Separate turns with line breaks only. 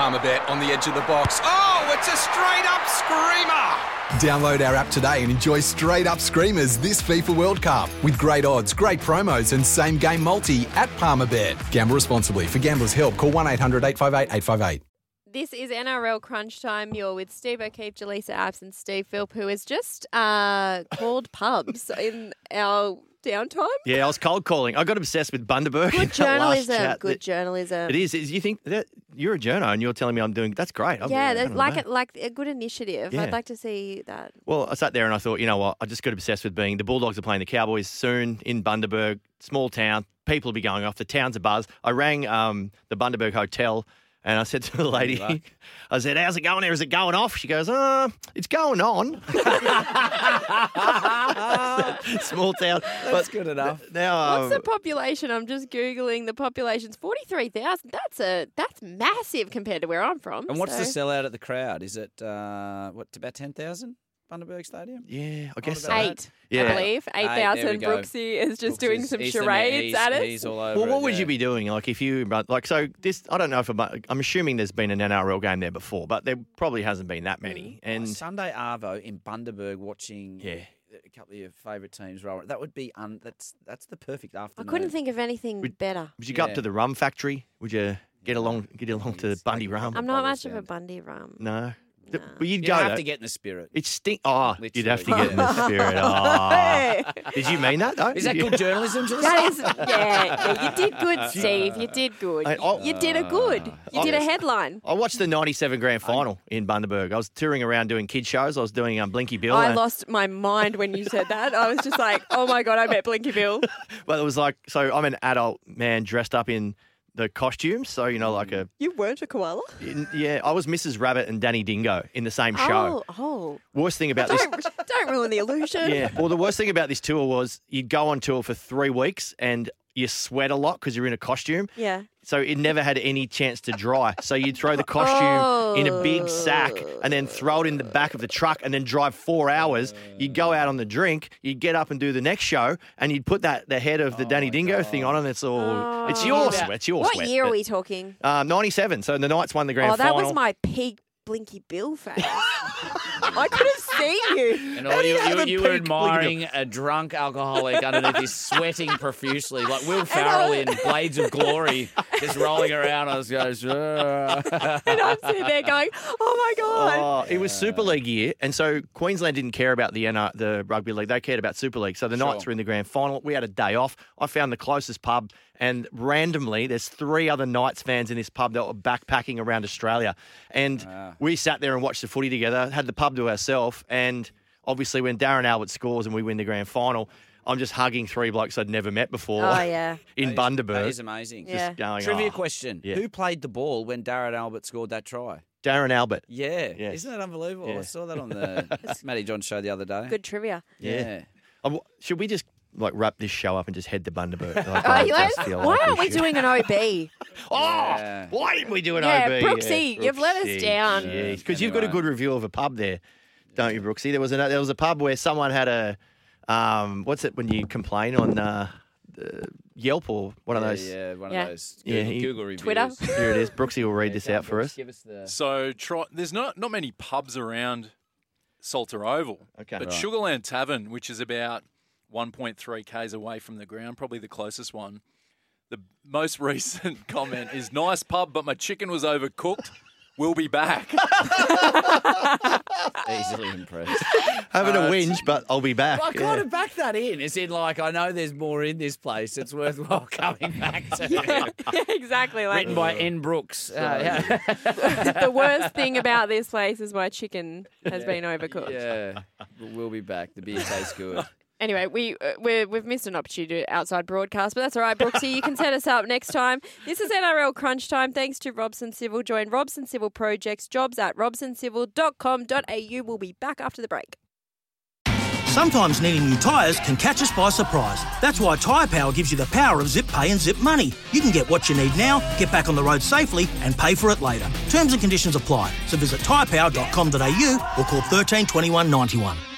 Palmerbet on the edge of the box. Oh, it's a straight up screamer! Download our app today and enjoy straight up screamers this FIFA World Cup with great odds, great promos, and same game multi at Palmerbet. Gamble responsibly. For gamblers' help, call 1 800 858 858.
This is NRL Crunch Time. You're with Steve O'Keefe, Jaleesa Apps, and Steve Philp, who has just uh, called pubs in our downtime.
Yeah, I was cold calling. I got obsessed with Bundaberg. in
Good
that last
journalism.
chat.
Good journalism.
It is. Is you think that you're a journo and you're telling me I'm doing? That's great. I'm,
Yeah,
Oh, I
that's
don't
like
know.
a, like a good initiative.
Yeah.
I'd like to see that.
Well, I sat there and I thought, you know what? I just got obsessed with being the Bulldogs are playing the Cowboys soon in Bundaberg, small town. People will be going off. The town's a buzz. I rang um, the Bundaberg Hotel and I said to the lady, I said, how's it going there? Is it going off? She goes, uh, it's going on. small town. That's good enough. Now, um,
What's the population? I'm just googling the population's forty three thousand. That's a that's massive compared to where I'm from.
And what's the
so-
sellout at the crowd? Is it uh, what about ten thousand Bundaberg Stadium?
yeah, I guess so.
about
eight? I
Yeah.
believe eight
Eight, there we
thousand.
go.
Brooksy is just
Brooks
doing
is-
some
he's the man.
charades
He's-
at us.
He's all over.
Well, what
it,
would
yeah.
you be doing? Like if you run- like so this, I don't know if I'm, I'm assuming there's been an NRL game there before, but there probably hasn't been that many.
A
And
Oh, Sunday Arvo in Bundaberg watching
Yeah.
a couple of your favourite teams roll. That would be un- that's that's the perfect
I
afternoon.
couldn't think of anything
Would-
better.
would you go up
Yeah.
to the rum factory? Would you get along get along to the
Yes, I
Bundy
could
Rum?
probably-
I'm not much
bubbles
of a
down.
Bundy rum.
no, Th-
Nah.
but you'd
You'd
go.
have
though.
to get in the spirit.
it stink. Oh, you'd have to
Literally,
get in the spirit. Oh.
Hey.
Did you mean that? Though?
Is that
Did you-
good journalism? Jalissa?
That is, yeah, yeah, you did good, Steve. You did good.
I- Oh,
You, you did a good. You did a headline.
I watched the '97 Grand Final in Bundaberg. I was touring around doing kid shows. I was doing um, Blinky Bill.
I
and-
lost my mind when you said that. I was just like, oh my god, I met Blinky Bill.
But it was like, so I'm an adult man dressed up in the costumes. So, you know, like
Mm.
a,
You weren't a koala.
in- yeah, I was Mrs. Rabbit and Danny Dingo in the same show.
Oh, oh.
Worst thing about this.
Don't, don't ruin the illusion.
Yeah. Well, the worst thing about this tour was you'd go on tour for three weeks and you sweat a lot because you're in a costume.
Yeah.
So it never had any chance to dry. So you'd throw the costume in a big sack and then throw it in the back of the truck and then drive four hours. You'd go out on the drink, you'd get up and do the next show, and you'd put that the head of the Danny Dingo thing on, and it's all it's your sweat. It's your
Oh, What
sweat.
year are
but-
we talking?
Uh, 97. So the Knights won the grand
oh, that
final.
was my peak Blinky Bill phase. I could have seen you.
And
How
all
do
you,
you have
you,
a
you were
pink blinky
admiring a drunk alcoholic underneath this sweating profusely, like Will Farrell in Blades of Glory, just rolling around. I was going, "Sure."
And I'm sitting there going, oh my god.
Oh, it was Super League year, and so Queensland didn't care about the NR, the rugby league. They cared about Super League. So the Knights were in the grand final. We had a day off. I found the closest pub, and randomly, there's three other Knights fans in this pub that were backpacking around Australia, and
Ah.
we sat there and watched the footy together. Had the pub to ourselves, and obviously, when Darren Albert scores and we win the grand final, I'm just hugging three blokes I'd never met before.
Oh, yeah.
in
That
Bundaberg.
is amazing.
Yeah.
going,
Trivia
"Oh."
question:
Yeah.
Who played the ball when Darren Albert scored that try?
Darren Albert.
Yeah,
Yes.
isn't that unbelievable?
Yeah.
I saw that on the Matty John show the other day.
Good trivia.
Yeah.
Um, should we just like wrap this show up and just head to Bundaberg? Like,
Oh,
I
you
just
guys-
feel
why
like we
aren't we
should.
doing an OB?
Oh,
Yeah.
why didn't we do an
Yeah,
OB?
Brooksy, you've let us down.
because you've got a
Anyway.
good review of a pub there, don't you, Brooksy? There was an, there was a pub where someone had a um, what's it when you complain on uh, the Yelp or one
Yeah,
of those?
yeah, one
Yeah.
of those
Yeah,
Google,
he-
Google reviews.
Twitter.
Here it is. Brooksy will read this out for us.
Give us the
So try, there's not not many pubs around Salter Oval.
Okay.
But
Right.
Sugarland Tavern, which is about 1.3 k's away from the ground, probably the closest one. The most recent comment is nice pub, but my chicken was overcooked. We'll be back.
easily impressed.
Having a whinge, but I'll be back.
I
Yeah.
kind of backed that in. It's in like, I know there's more in this place. It's worthwhile coming back to.
exactly. Like
Written by N. Brooks. Uh, yeah.
the worst thing about this place is my chicken has been overcooked.
yeah, but we'll be back. The beer tastes good.
Anyway, we uh, we're, we've missed an opportunity to outside broadcast, but that's all right, Brooksy. You can set us up next time. This is NRL Crunch Time. Thanks to Robson Civil. Join Robson Civil Projects. Jobs at robsoncivil.com.au. We'll be back after the break.
Sometimes needing new tyres can catch us by surprise. That's why Tyre Power gives you the power of zip pay and zip money. You can get what you need now, get back on the road safely, and pay for it later. Terms and conditions apply. So visit tyrepower.com.au or call 132191.